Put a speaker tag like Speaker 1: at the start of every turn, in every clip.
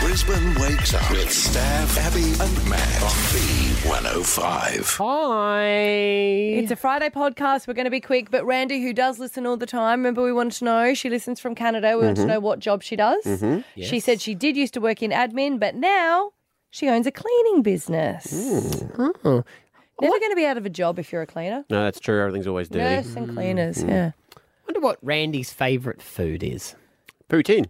Speaker 1: Brisbane wakes up with Staff, Abby, and Matt on B105.
Speaker 2: Hi.
Speaker 3: It's a Friday podcast. We're going to be quick, but Randy, who does listen all the time, remember we wanted to know. She listens from Canada. We want to know what job she does. She
Speaker 2: Mm-hmm. Yes.
Speaker 3: said she did used to work in admin, but now she owns a cleaning business.
Speaker 2: Mm.
Speaker 3: Oh. Never going to be out of a job if you're a cleaner.
Speaker 2: no, that's true. Everything's always dirty. Mm.
Speaker 3: Nurse and cleaners, yeah.
Speaker 4: wonder what Randy's favourite food is.
Speaker 2: Poutine.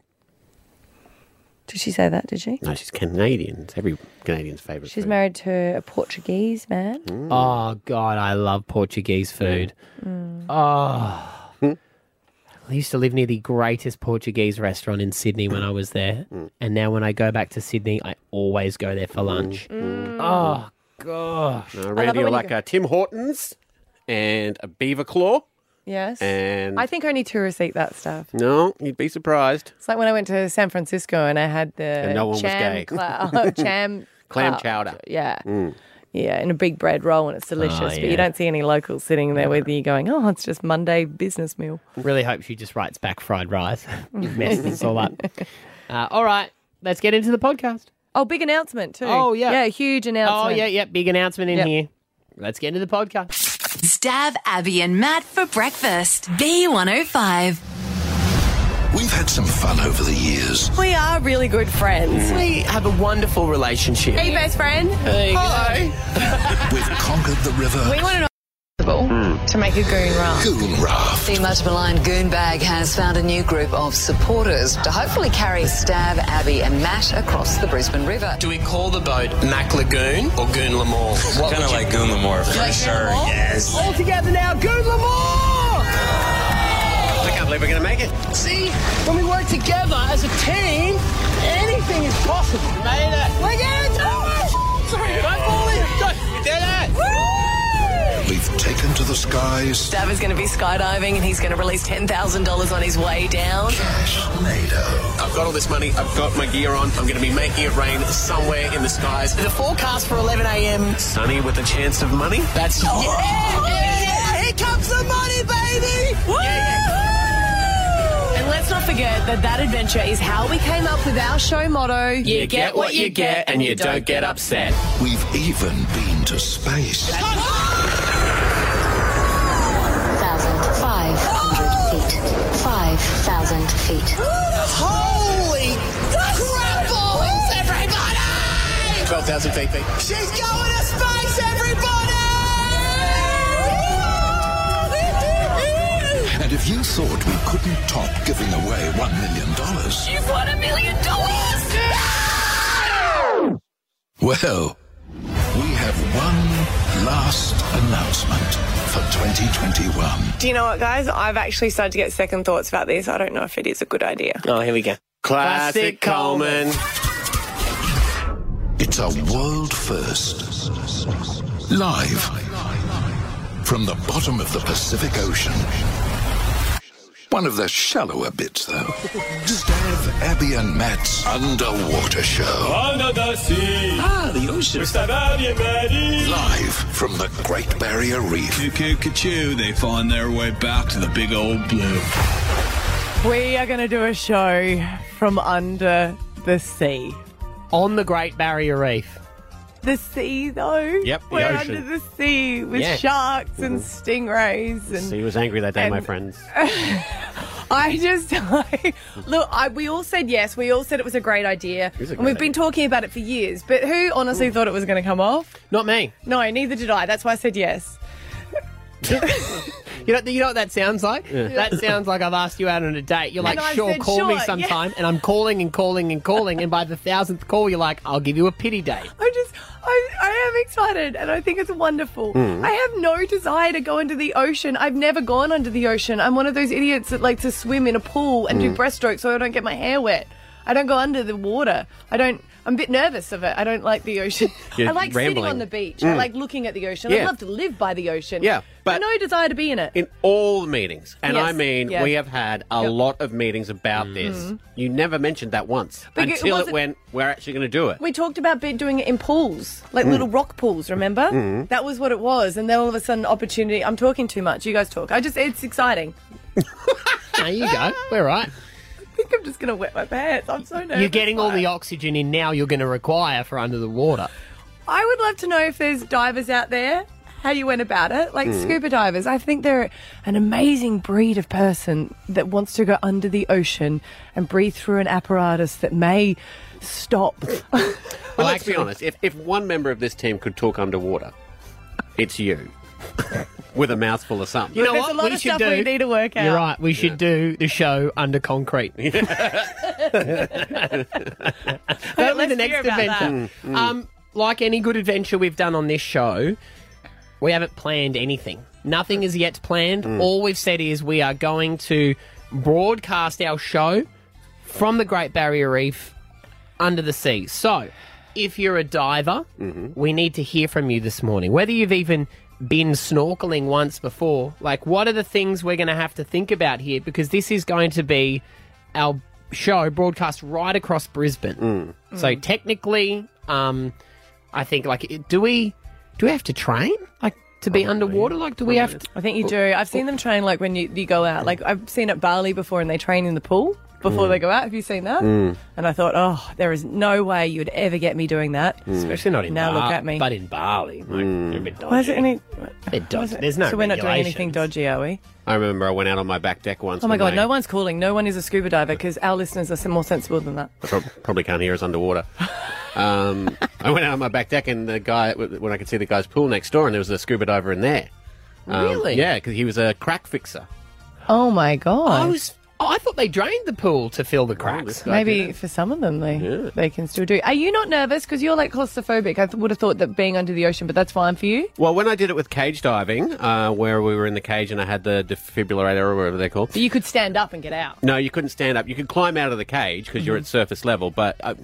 Speaker 3: Did she say that? Did she?
Speaker 2: No, she's Canadian. It's every Canadian's Mm. favourite.
Speaker 3: She's
Speaker 2: food.
Speaker 3: married to a Portuguese man.
Speaker 4: Oh God, I love Portuguese food.
Speaker 3: Mm.
Speaker 4: Oh.
Speaker 2: Hmm.
Speaker 4: I used to live near the greatest Portuguese restaurant in Sydney when I was there.
Speaker 2: Mm.
Speaker 4: And now when I go back to Sydney, I always go there for lunch.
Speaker 2: Mm.
Speaker 3: Mm.
Speaker 4: Oh gosh.
Speaker 2: Uh, Randy,
Speaker 3: when
Speaker 2: you
Speaker 3: you
Speaker 2: like
Speaker 3: go-
Speaker 2: uh, Tim Hortons and a beaver claw.
Speaker 3: Yes.
Speaker 2: And
Speaker 3: I think only tourists eat that stuff.
Speaker 2: no, you'd be surprised.
Speaker 3: It's like when I went to San Francisco and I had the
Speaker 2: no one was
Speaker 3: cham
Speaker 2: gay.
Speaker 3: cla- cham
Speaker 2: Clam
Speaker 3: cla-
Speaker 2: chowder.
Speaker 3: Yeah.
Speaker 2: Mm.
Speaker 3: Yeah, and a big bread roll and it's delicious, but
Speaker 4: Ah, yeah.
Speaker 3: you don't see any locals sitting there with you going, "Oh, it's just Monday business meal."
Speaker 4: Really hope she just writes back fried rice.
Speaker 3: Mm.
Speaker 4: You've messed this all up. Uh, all right, let's get into the podcast.
Speaker 3: Oh, big announcement too.
Speaker 4: Oh, yeah.
Speaker 3: Yeah, huge
Speaker 4: Oh
Speaker 3: announcement.
Speaker 4: yeah, yeah, big announcement in
Speaker 3: Yep.
Speaker 4: here. Let's get into the podcast.
Speaker 5: Stab Abby and Matt for breakfast. B105.
Speaker 1: We've had some fun over the years,
Speaker 3: We are really good friends.
Speaker 4: We have a wonderful relationship.
Speaker 3: Hey, best friend.
Speaker 1: we've conquered the river. Mm.
Speaker 3: We want to know
Speaker 6: to make a goon raft.
Speaker 1: Goon Raft.
Speaker 7: The much maligned Goonbag has found a new group of supporters to hopefully carry Stab, Abby, and Matt across the Brisbane River.
Speaker 8: Do we call the boat Mac Lagoon or Goon Lamore? What
Speaker 9: Kind of like Goon Lamore for sure. Yes.
Speaker 8: all together now, Goon Lamore!
Speaker 2: I can't believe we're going to make it.
Speaker 8: See, when we work together as a team, anything is possible. Made it. We're gonna do it! Sorry, don't fall in. Don't. We did it.
Speaker 1: We've taken to the skies.
Speaker 7: Stab is going to be skydiving and he's going to release $10,000 on his way down.
Speaker 1: NATO.
Speaker 8: I've got all this money. I've got my gear on. I'm gonna be making it rain somewhere in the skies. The forecast for 11 a.m. Sunny with a chance of money. That's yeah.
Speaker 2: Oh,
Speaker 8: yeah. Here comes the money, baby.
Speaker 7: And let's not forget that that adventure is how we came up with our show motto.
Speaker 8: You get what you get, and you don't get upset.
Speaker 1: We've even been to space.
Speaker 10: thousand five hundred feet. Five thousand feet.
Speaker 8: Holy crapples, everybody! 12,000 feet, feet. She's going to space, everybody!
Speaker 1: And if you thought we couldn't top giving away $1 million,
Speaker 7: You've won a million dollars!
Speaker 1: well, we have one last announcement for 2021.
Speaker 6: Do you know what, guys? I've actually started to get second thoughts about this. I don't know if it is a good idea.
Speaker 8: Oh, here we go.
Speaker 4: Classic Coleman.
Speaker 1: It's a world first. Live from the bottom of the Pacific Ocean. One of the shallower bits, though. Stav, Abby, and Matt's Underwater Show.
Speaker 9: Under the sea.
Speaker 1: Ah, the ocean. Live from the Great Barrier Reef.
Speaker 9: Cuckoo, they find their way back to the big old blue.
Speaker 3: we are going to do a show from under the sea.
Speaker 4: On the Great Barrier Reef.
Speaker 3: The sea though.
Speaker 2: Yep, the We're ocean. under
Speaker 3: the sea with
Speaker 4: Yeah.
Speaker 3: sharks and stingrays and
Speaker 2: So he was angry that day, my
Speaker 3: And-
Speaker 2: friends.
Speaker 3: I just I, look. I, we all said yes. We all said it was a great idea,
Speaker 2: was a
Speaker 3: and we've
Speaker 2: great
Speaker 3: been talking about it for years. But who honestly thought it was going to come off?
Speaker 4: Not me.
Speaker 3: No, neither did I. That's why I said yes.
Speaker 4: You know, you know what that sounds like? That sounds like I've asked you out on a date. You're like,
Speaker 3: And I
Speaker 4: sure,
Speaker 3: said,
Speaker 4: call
Speaker 3: "Sure,"
Speaker 4: me
Speaker 3: yeah.
Speaker 4: sometime. And I'm calling and calling and calling. And by the thousandth call, you're like, I'll give you a pity date.
Speaker 3: I just I, I am excited, and I think it's wonderful.
Speaker 2: Mm.
Speaker 3: I have no desire to go into the ocean. I've never gone under the ocean. I'm one of those idiots that like to swim in a pool and
Speaker 2: Mm.
Speaker 3: do breaststrokes so I don't get my hair wet. I don't go under the water. I don't. I'm a bit nervous of it. I don't like the ocean.
Speaker 2: You're
Speaker 3: I like sitting
Speaker 2: rambling. Mm.
Speaker 3: on the beach. I like looking at the ocean.
Speaker 2: Yeah.
Speaker 3: I love to live by the ocean.
Speaker 2: Yeah, but-
Speaker 3: no desire to be in it.
Speaker 2: In all the meetings, and
Speaker 3: Yes,
Speaker 2: I mean,
Speaker 3: yeah.
Speaker 2: we have had a
Speaker 3: Yep.
Speaker 2: lot of meetings about
Speaker 4: Mm-hmm.
Speaker 2: this. You never mentioned that once
Speaker 3: But it
Speaker 2: until it,
Speaker 3: wasn't-
Speaker 2: went, we're actually going to do it.
Speaker 3: We talked about be- doing it in pools,
Speaker 2: Mm.
Speaker 3: like little rock pools. Remember? That was what it was, and then all of a sudden, opportunity. I'm talking too much. You guys talk. I just, it's exciting.
Speaker 4: There you go. We're right.
Speaker 3: think I'm just going to wet my pants. I'm so nervous.
Speaker 4: You're getting all
Speaker 3: by it.
Speaker 4: the oxygen in now you're going to require for under the water.
Speaker 3: I would love to know if there's divers out there, how you went about it. Like
Speaker 4: Mm.
Speaker 3: scuba divers, I think they're an amazing breed of person that wants to go under the ocean and breathe through an apparatus that may stop.
Speaker 2: Well, let's be honest. If, if one member of this team could talk underwater, it's you. With a mouthful of something.
Speaker 4: You know
Speaker 3: There's
Speaker 4: what?
Speaker 3: a lot
Speaker 4: we
Speaker 3: of
Speaker 4: should
Speaker 3: stuff
Speaker 4: do.
Speaker 3: we need to work out.
Speaker 4: You're right. We should do the show under concrete. That'll be the next
Speaker 3: hear about
Speaker 4: adventure.
Speaker 3: that. Mm, mm.
Speaker 4: Um, like any good adventure we've done on this show, we haven't planned anything. Nothing is yet planned. All we've said is we are going to broadcast our show from the Great Barrier Reef under the sea. So, if you're a diver, we need to hear from you this morning. Whether you've even been snorkeling once before, like what are the things we're going to have to think about here? Because this is going to be our show broadcast right across Brisbane. So technically, um, I think like it- do we do we have to train like to be underwater? Like do we have to? Oh.
Speaker 3: I think you do. I've seen them train like when you, you go out. Like I've seen at Bali before and they train in the pool before
Speaker 4: Mm.
Speaker 3: they go out. Have you seen that? And I thought, oh, there is no way you would ever get me doing that.
Speaker 4: Especially not in
Speaker 3: now.
Speaker 4: Bar-
Speaker 3: look at me.
Speaker 4: but in Bali, like, they're a bit dodgy.
Speaker 3: Mm. Why is it any?
Speaker 4: They're dodgy. There's no
Speaker 3: So we're not doing
Speaker 4: regulation.
Speaker 3: anything dodgy, are we?
Speaker 2: I remember I went out on my back deck once.
Speaker 3: Oh my
Speaker 2: and
Speaker 3: god,
Speaker 2: they
Speaker 3: no one's calling. No one is a scuba diver because our listeners are more sensible than that.
Speaker 2: pro- Probably can't hear us underwater. Um, I went out on my back deck and the guy, when I could see the guy's pool next door, and there was a scuba diver in there. Um,
Speaker 4: Really?
Speaker 2: Yeah, because he was a crack fixer.
Speaker 3: Oh my god.
Speaker 4: I was. Oh, I thought they drained the pool to fill
Speaker 2: Oh,
Speaker 4: the cracks.
Speaker 3: Maybe for some of them they they can still do. Are you not nervous because you're like claustrophobic? I th- would have thought that being under the ocean, but that's fine for you.
Speaker 2: Well, when I did it with cage diving, uh, where we were in the cage and I had the defibrillator or whatever they're called.
Speaker 3: But you could stand up and get out.
Speaker 2: No, you couldn't stand up. You could climb out of the cage because
Speaker 3: Mm-hmm.
Speaker 2: you're at surface level, but uh,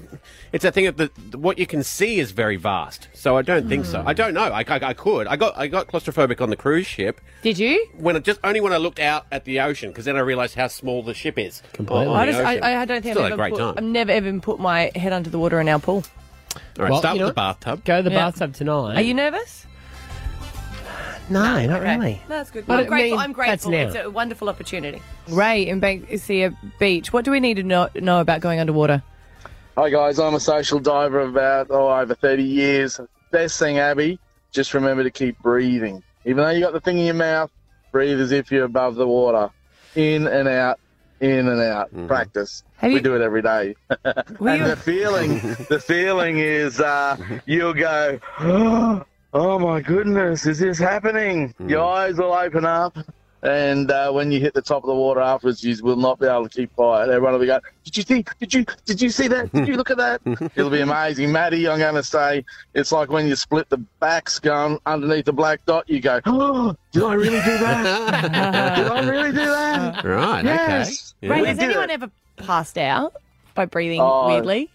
Speaker 2: it's a thing of the, the- what you can see is very vast. So I don't think
Speaker 3: Mm.
Speaker 2: so. I don't know. I, I, I could. I got I got claustrophobic on the cruise ship
Speaker 3: Did you?
Speaker 2: when it just only when I looked out at the ocean because then I realised how small the ship is. uh, on
Speaker 3: I
Speaker 2: Oh, the
Speaker 3: just I,
Speaker 2: ocean.
Speaker 3: I don't think
Speaker 2: Still
Speaker 3: I've
Speaker 2: had a
Speaker 3: ever
Speaker 2: great
Speaker 3: put,
Speaker 2: time.
Speaker 3: I've never even put my head under the water in our pool.
Speaker 2: All right,
Speaker 4: Well,
Speaker 2: start
Speaker 4: you
Speaker 2: with
Speaker 4: know
Speaker 2: the bathtub.
Speaker 4: Go to the
Speaker 3: Yeah.
Speaker 4: bathtub tonight.
Speaker 3: Are you nervous?
Speaker 4: No, not
Speaker 3: Okay.
Speaker 4: really.
Speaker 3: No, that's good.
Speaker 4: But
Speaker 3: I'm
Speaker 4: I
Speaker 3: grateful.
Speaker 4: mean,
Speaker 3: I'm grateful.
Speaker 4: that's
Speaker 3: It's
Speaker 4: now.
Speaker 3: a wonderful opportunity. Ray in Banksia Beach. What do we need to know, know about going underwater?
Speaker 11: Hi guys, I'm a social diver of about oh over 30 years. Best thing, Abby, just remember to keep breathing. Even though you got the thing in your mouth, breathe as if you're above the water. In and out, in and out. Practice. we do it every day. and the feeling, the feeling is uh, you'll go, oh, my goodness, is this happening?
Speaker 8: Hmm.
Speaker 11: Your
Speaker 2: Mm.
Speaker 11: eyes will open up. And uh, when you hit the top of the water afterwards, you will not be able to keep quiet. Everyone will be going, did you see, did you, did you see that? Did you look at that? It'll be amazing. Maddie, I'm going to say it's like when you split the backs going underneath the black dot, you go, oh, did I really do that? did I really do that?
Speaker 2: Right,
Speaker 11: Yes.
Speaker 2: okay.
Speaker 3: Ray,
Speaker 11: We
Speaker 3: has
Speaker 11: did
Speaker 3: anyone
Speaker 11: it.
Speaker 3: ever passed out by breathing
Speaker 11: Oh,
Speaker 3: weirdly?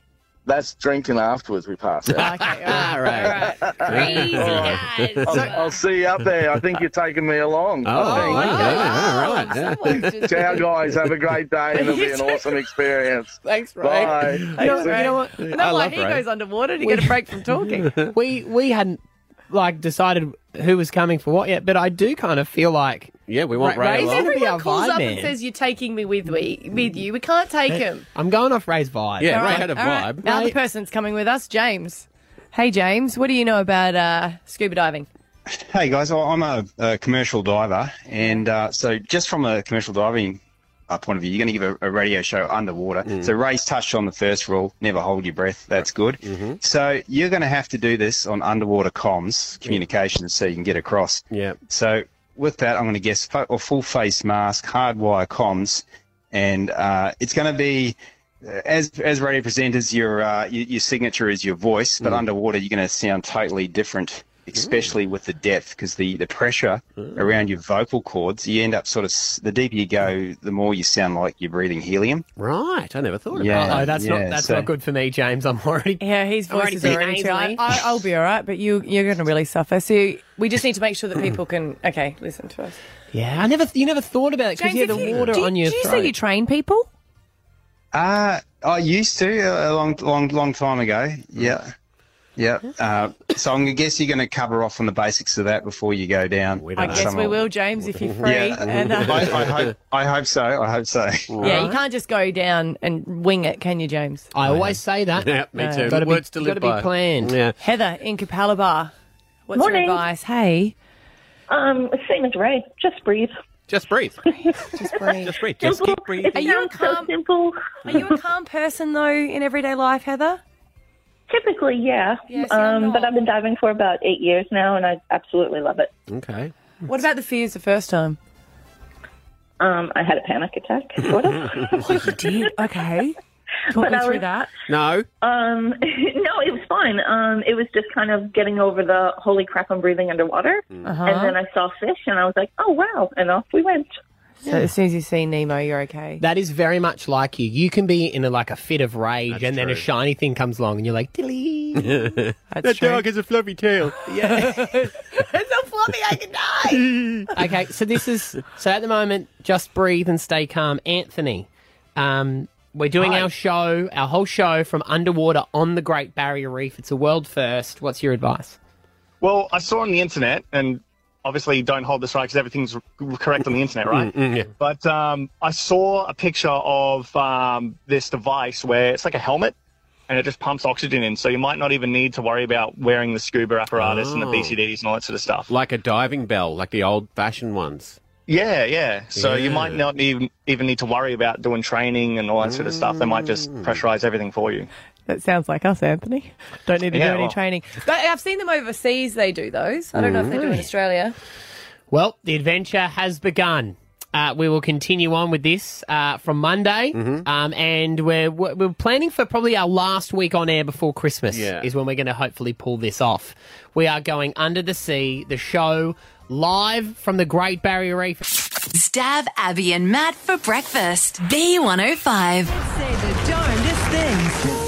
Speaker 11: That's drinking afterwards we pass it.
Speaker 2: All right.
Speaker 11: All right. I'll, I'll see you up there. I think you're taking me along.
Speaker 2: Oh,
Speaker 11: I think.
Speaker 2: yeah, all right.
Speaker 11: Ciao, guys. Have a great day, and it'll be an awesome experience.
Speaker 2: Thanks,
Speaker 11: Ray. Bye.
Speaker 4: You know- you know what?
Speaker 3: No,
Speaker 4: I
Speaker 3: why
Speaker 4: love
Speaker 3: he
Speaker 4: Ray.
Speaker 3: goes underwater to get a break from talking.
Speaker 4: we we hadn't like decided who was coming for what yet, but I do kind of feel like
Speaker 2: yeah, we want Ray
Speaker 4: Ray's
Speaker 2: along.
Speaker 4: gonna be our
Speaker 3: Everyone calls
Speaker 4: vibe
Speaker 3: up
Speaker 4: man.
Speaker 3: and says, "You're taking me with we with you. We can't take him."
Speaker 4: I'm going off Ray's vibe.
Speaker 2: Yeah,
Speaker 3: All
Speaker 2: Ray
Speaker 3: right,
Speaker 2: had a
Speaker 3: all right.
Speaker 2: vibe.
Speaker 3: Now the person's coming with us, James. Hey, James, what do you know about uh, scuba diving?
Speaker 12: Hey guys, I- I'm a, a commercial diver, and uh, so just from a commercial diving uh, point of view, you're going to give a, a radio show underwater. So Ray's touched on the first rule: never hold your breath. That's good. So you're going to have to do this on underwater comms communications, so you can get across.
Speaker 2: Yeah.
Speaker 12: So with that, I'm going to guess fo- or full face mask, hardwire comms, and uh, it's going to be uh, as as radio presenters, your uh, your, your signature is your voice, but underwater you're going to sound totally different, especially with the depth because the the pressure around your vocal cords, you end up sort of s- the deeper you go, the more you sound like you're breathing helium.
Speaker 2: Right, I never thought
Speaker 12: Yeah,
Speaker 4: Yeah, oh, that's
Speaker 12: yeah,
Speaker 4: not that's
Speaker 12: so-
Speaker 4: not good for me, James. I'm already
Speaker 3: Yeah, his
Speaker 4: I'm
Speaker 3: voice is
Speaker 4: pretty
Speaker 3: already too. I,
Speaker 4: nasally.
Speaker 3: I- I'll be all right, but you you're going to really suffer. So we just need to make sure that people can okay listen to us.
Speaker 4: yeah. I never you never thought about it because you had
Speaker 3: James, if
Speaker 4: the
Speaker 3: you-
Speaker 4: water
Speaker 3: do you-
Speaker 4: on your
Speaker 3: do you
Speaker 4: throat.
Speaker 3: say you train people?
Speaker 12: Ah, Uh, I used to a a long long long time ago. Yeah. Yeah. Uh, so I'm gonna guess you're going to cover off on the basics of that before you go down.
Speaker 3: I guess we
Speaker 12: Someone-
Speaker 3: will, James, if you're free.
Speaker 12: Yeah.
Speaker 3: And, uh,
Speaker 12: I, I hope, I hope so. I hope so.
Speaker 3: yeah, you can't just go down and wing it, can you, James?
Speaker 4: I always say that.
Speaker 2: Oh, Yeah, me
Speaker 4: No.
Speaker 2: too.
Speaker 4: Gotta be-
Speaker 2: Words to live
Speaker 4: gotta be
Speaker 2: by.
Speaker 4: planned.
Speaker 2: Yeah.
Speaker 3: Heather in Capalabar. What's
Speaker 13: Morning.
Speaker 3: your advice? Hey.
Speaker 13: Um, same as Ray. Just breathe.
Speaker 2: Just breathe.
Speaker 3: Just breathe. Just
Speaker 2: breathe.
Speaker 13: Just keep breathing.
Speaker 3: Are you a calm?
Speaker 13: simple.
Speaker 3: Are you a calm person though in everyday life, Heather?
Speaker 13: Typically, yeah. um, but I've been diving for about eight years now, and I absolutely love it.
Speaker 2: Okay.
Speaker 3: What about the fears the first time?
Speaker 13: Um, I had a panic attack, sort of.
Speaker 3: you did? Okay. Talk
Speaker 13: But
Speaker 3: me
Speaker 13: I
Speaker 3: through
Speaker 13: was-
Speaker 3: that.
Speaker 2: No.
Speaker 13: Um, no, it was fine. Um, it was just kind of getting over the holy crap, I'm breathing underwater.
Speaker 3: Uh-huh.
Speaker 13: And then I saw fish, and I was like, oh wow, and off we went.
Speaker 3: So as soon as you see Nemo, you're okay.
Speaker 4: That is very much like you. You can be in a, like a fit of rage, and then a shiny thing comes along, and you're like, "Dilly."
Speaker 2: that dog has a fluffy tail. Yeah.
Speaker 3: it's so fluffy, I can die.
Speaker 4: okay, so this is so at the moment, just breathe and stay calm, Anthony. Um, we're doing
Speaker 2: Hi.
Speaker 4: our show, our whole show from underwater on the Great Barrier Reef. It's a world first. What's your advice?
Speaker 14: Well, I saw on the internet, and obviously don't hold this right because everything's r- correct on the internet, right?
Speaker 2: Mm, mm, yeah.
Speaker 14: But um, I saw a picture of um, this device where it's like a helmet and it just pumps oxygen in. So you might not even need to worry about wearing the scuba apparatus and the
Speaker 2: Oh.
Speaker 14: BCDs and all that sort of stuff.
Speaker 2: like a diving bell, like the old fashioned ones.
Speaker 14: Yeah, yeah. So you might
Speaker 2: Yeah.
Speaker 14: not even, even need to worry about doing training and all that sort of stuff. They might just
Speaker 2: Mm.
Speaker 14: pressurize everything for you.
Speaker 3: That sounds like us, Anthony. Don't need to
Speaker 14: Yeah,
Speaker 3: do any
Speaker 14: well.
Speaker 3: training. But I've seen them overseas. They do those. I don't know if they do in
Speaker 2: Mm.
Speaker 4: Right.
Speaker 3: Australia.
Speaker 4: Well, the adventure has begun. Uh, we will continue on with this uh, from Monday, um, and we're we're we're planning for probably our last week on air before Christmas
Speaker 2: Yeah.
Speaker 4: is when we're going to hopefully pull this off. We are going under the sea, the show live from the Great Barrier Reef.
Speaker 5: Stab Abby and Matt for breakfast. B105.
Speaker 15: Say the darndest things.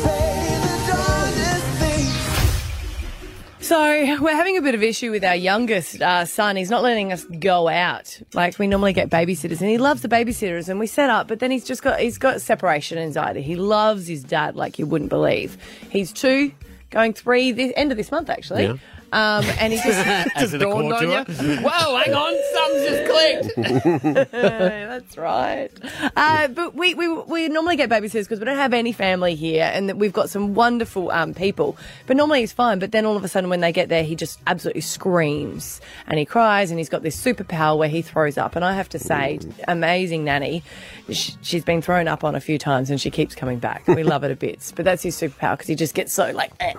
Speaker 3: So we're having a bit of issue with our youngest uh, son. He's not letting us go out like we normally get babysitters, and he loves the babysitters, and we set up. But then he's just got he's got separation anxiety. He loves his dad like you wouldn't believe. He's two, going three this end of this month actually.
Speaker 15: Yeah.
Speaker 3: Um, and he just,
Speaker 15: As
Speaker 3: just
Speaker 15: in a
Speaker 3: dawned on
Speaker 15: contour.
Speaker 3: you. Whoa, hang on, something's just clicked. That's right. Uh, but we, we we normally get babysitters because we don't have any family here, and that we've got some wonderful um, people. But normally he's fine. But then all of a sudden, when they get there, he just absolutely screams and he cries, and he's got this superpower where he throws up. And I have to say, amazing nanny. Sh she's been thrown up on a few times, and she keeps coming back. We love it a bit. But that's his superpower because he just gets so like. eh.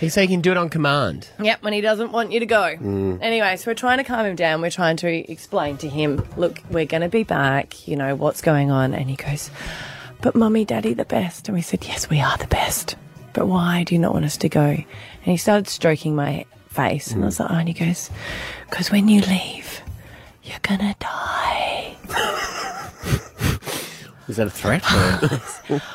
Speaker 4: He said he can do it on command.
Speaker 3: Yep, when he doesn't want you to go.
Speaker 4: Mm.
Speaker 3: Anyway, so we're trying to calm him down. We're trying to explain to him, look, we're going to be back. You know, what's going on? And he goes, but mummy, daddy, the best. And we said, yes, we are the best. But why do you not want us to go? And he started stroking my face. And I was like, oh, and he goes, because when you leave, you're going to die.
Speaker 4: Is that a threat?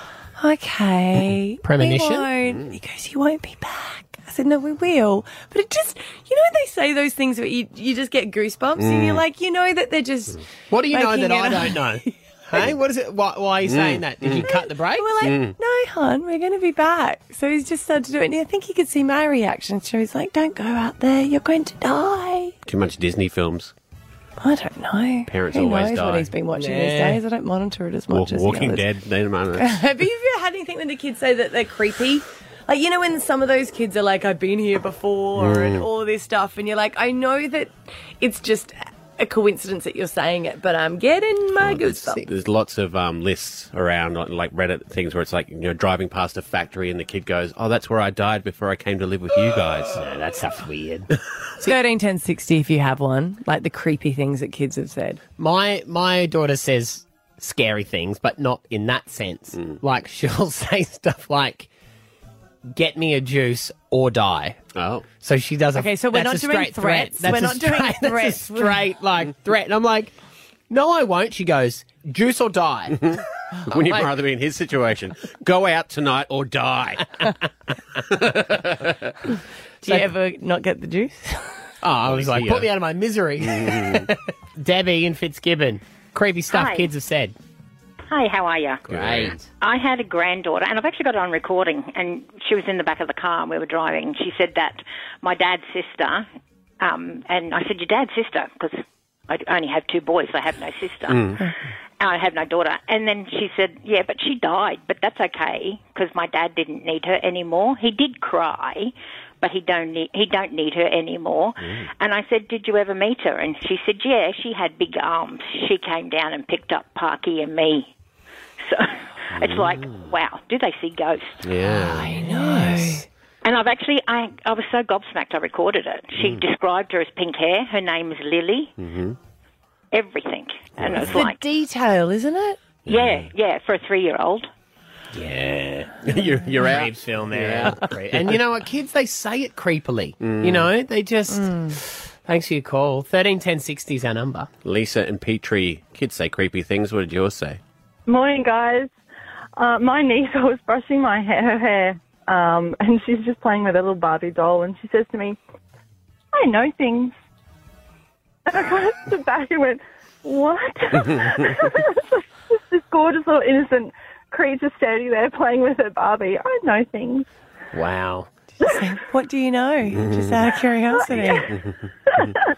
Speaker 3: Okay.
Speaker 4: Premonition?
Speaker 3: We won't. He goes, you won't be back. I said, no, we will. But it just, you know, when they say those things where you, you just get goosebumps and
Speaker 4: Mm.
Speaker 3: you're like, you know that they're just.
Speaker 4: What do you know
Speaker 3: making
Speaker 4: that I
Speaker 3: it up.
Speaker 4: don't know? hey, what is it? Why, why are you
Speaker 3: Mm.
Speaker 4: saying that? Did you cut the Mm. break?
Speaker 3: We're like, no, hon, we're going to be back. So he's just started to do it. And I think he could see my reaction. So he's like, don't go out there. You're going to die.
Speaker 2: Too much Disney films.
Speaker 3: I don't know.
Speaker 2: Parents
Speaker 3: Who
Speaker 2: always
Speaker 3: knows what
Speaker 2: die.
Speaker 3: he's been watching these
Speaker 2: Yeah.
Speaker 3: days. I don't monitor it as
Speaker 2: Wa-
Speaker 3: much as the
Speaker 2: Walking
Speaker 3: others.
Speaker 2: Dead. They don't know.
Speaker 3: Have you ever had anything when the kids say that they're creepy? Like, you know, when some of those kids are like, I've been here before
Speaker 2: Mm.
Speaker 3: and all this stuff, and you're like, I know that it's just a coincidence that you're saying it, but I'm getting
Speaker 2: Oh,
Speaker 3: my goosebumps.
Speaker 2: There's lots of um, lists around, like- like Reddit things, where it's like you know driving past a factory and the kid goes, "Oh, that's where I died before I came to live with you guys."
Speaker 4: that stuff's weird.
Speaker 3: 131060 if you have one, like the creepy things that kids have said.
Speaker 4: My my daughter says scary things, but not in that sense.
Speaker 2: Mm.
Speaker 4: Like she'll say stuff like, "Get me a juice or die."
Speaker 2: Oh,
Speaker 4: so she does. A,
Speaker 3: Okay, so we're
Speaker 4: that's
Speaker 3: not
Speaker 4: a
Speaker 3: doing
Speaker 4: straight
Speaker 3: threats.
Speaker 4: Threat.
Speaker 3: We're
Speaker 4: That's a
Speaker 3: not doing
Speaker 4: straight- that's a
Speaker 3: threats.
Speaker 4: straight like threat, and I'm like, "No, I won't." She goes, "Juice or die."
Speaker 2: Wouldn't you
Speaker 4: Like-
Speaker 2: rather be in his situation? Go out tonight or die.
Speaker 3: Do you ever not get the juice?
Speaker 4: Oh, I was like,
Speaker 2: here.
Speaker 4: "Put me out
Speaker 2: Mm.
Speaker 4: of my misery." Debbie and Fitzgibbon, creepy stuff
Speaker 13: Hi.
Speaker 4: kids have said.
Speaker 16: Hi, how are you?
Speaker 2: Great.
Speaker 16: I had a granddaughter, and I've actually got it on recording, and she was in the back of the car and we were driving. and She said that my dad's sister, um, and I said, Your dad's sister, because I only have two boys, I have no sister.
Speaker 17: Mm.
Speaker 16: And I have no daughter. And then she said, Yeah, but she died, but that's okay, because my dad didn't need her anymore. He did cry. But he don't need he don't need her anymore. And I said, "Did you ever meet her?" And she said, "Yeah, she had big arms. She came down and picked up Parky and me." So it's like,
Speaker 2: Mm.
Speaker 16: wow, do they see ghosts?
Speaker 2: Yeah.
Speaker 16: I know. And I've actually, I, I was so gobsmacked, I recorded it. She
Speaker 2: Mm.
Speaker 16: described her as pink hair. Her name is Lily.
Speaker 2: Mm-hmm.
Speaker 16: Everything, and
Speaker 3: It's
Speaker 16: it's
Speaker 3: the
Speaker 16: like,
Speaker 3: detail, isn't it?
Speaker 16: yeah, yeah, for a three-year-old.
Speaker 2: Yeah. you're you're out.
Speaker 4: Great film there.
Speaker 2: Yeah. Mm.
Speaker 4: and you know what? Kids, they say it creepily. You know, they just. Thanks for your call. 131060 is our number.
Speaker 2: Lisa and Petrie, kids say creepy things. What did yours say?
Speaker 18: Morning, guys. Uh, my niece, I was brushing my hair, her hair, um, and she's just playing with a little Barbie doll, and she says to me, I know things. And I kind of stood back and went, What? Just this gorgeous little innocent creature standing there playing with her Barbie. I know things.
Speaker 4: Wow.
Speaker 3: What do you know?
Speaker 2: Mm-hmm.
Speaker 3: Just out of curiosity.
Speaker 18: I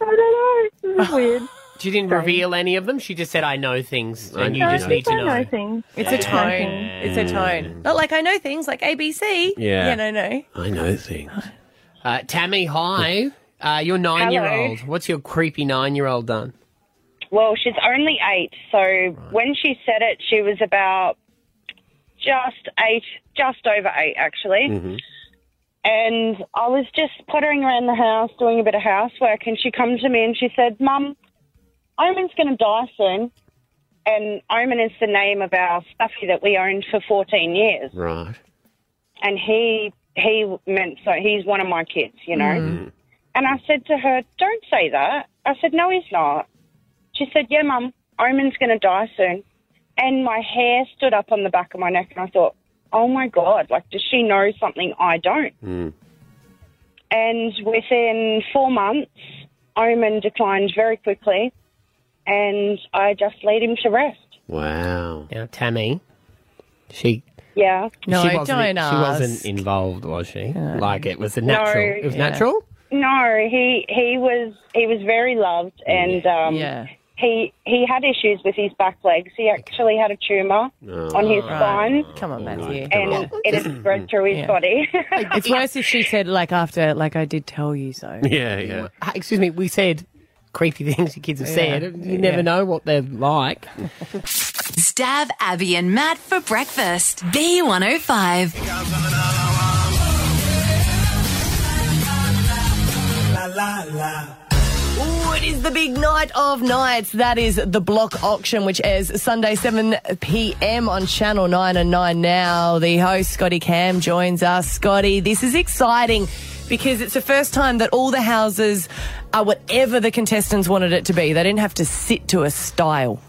Speaker 18: don't know. This is weird.
Speaker 4: She didn't reveal any of them. She just said, I know things,
Speaker 2: I
Speaker 4: and you
Speaker 2: know
Speaker 4: just need to
Speaker 18: I
Speaker 4: know.
Speaker 18: know things.
Speaker 3: It's a tone. It's a tone. Not like I know things like ABC.
Speaker 4: Yeah.
Speaker 3: Yeah, no, no.
Speaker 2: I know things.
Speaker 4: Uh, Tammy, hi. Uh, your nine year old. What's your creepy nine year old done?
Speaker 19: Well, she's only eight, so when she said it, she was about just eight, just over eight, actually.
Speaker 8: Mm. Mm-hmm.
Speaker 19: And I was just pottering around the house, doing a bit of housework, and she come to me and she said, "Mum, Omen's going to die soon." And Omen is the name of our stuffy that we owned for 14 years,
Speaker 2: Right.
Speaker 19: and he he meant so he's one of my kids, you know.
Speaker 2: Mm.
Speaker 19: And I said to her, Don't say that. I said, No, he's not. She said, Yeah, Mum, Omen's going to die soon. And my hair stood up on the back of my neck, and I thought, Oh my God, like, does she know something I don't?
Speaker 2: Mm.
Speaker 19: And within four months, Omen declined very quickly, and I just laid him to rest.
Speaker 2: Wow.
Speaker 4: Now, Tammy, she.
Speaker 19: Yeah.
Speaker 4: she wasn't, She wasn't involved, was she? Like it was a natural.
Speaker 19: No,
Speaker 4: it was natural?
Speaker 19: No, he he was he was very loved, and um,
Speaker 4: Yeah.
Speaker 19: he he had issues with his back legs. He actually had a tumor
Speaker 3: Oh.
Speaker 19: on his
Speaker 3: Right.
Speaker 19: spine.
Speaker 3: Come on, Matthew.
Speaker 19: and it had spread through his
Speaker 3: Yeah.
Speaker 19: body.
Speaker 3: It's worse if she said, like, after, like, I did tell you so. Ah,
Speaker 2: Yeah, yeah.
Speaker 4: Uh, Excuse me, we said creepy things your kids have
Speaker 3: Yeah.
Speaker 4: said. You never
Speaker 3: Yeah.
Speaker 4: know what they're like.
Speaker 5: Stab Abby and Matt for breakfast. B105.
Speaker 3: Ooh, it is the big night of nights. That is the block auction, which airs Sunday, 7 p.m. on Channel 9 and 9 now. The host, Scotty Cam, joins us. Scotty, this is exciting because it's the first time that all the houses are whatever the contestants wanted it to be. They didn't have to sit to a style.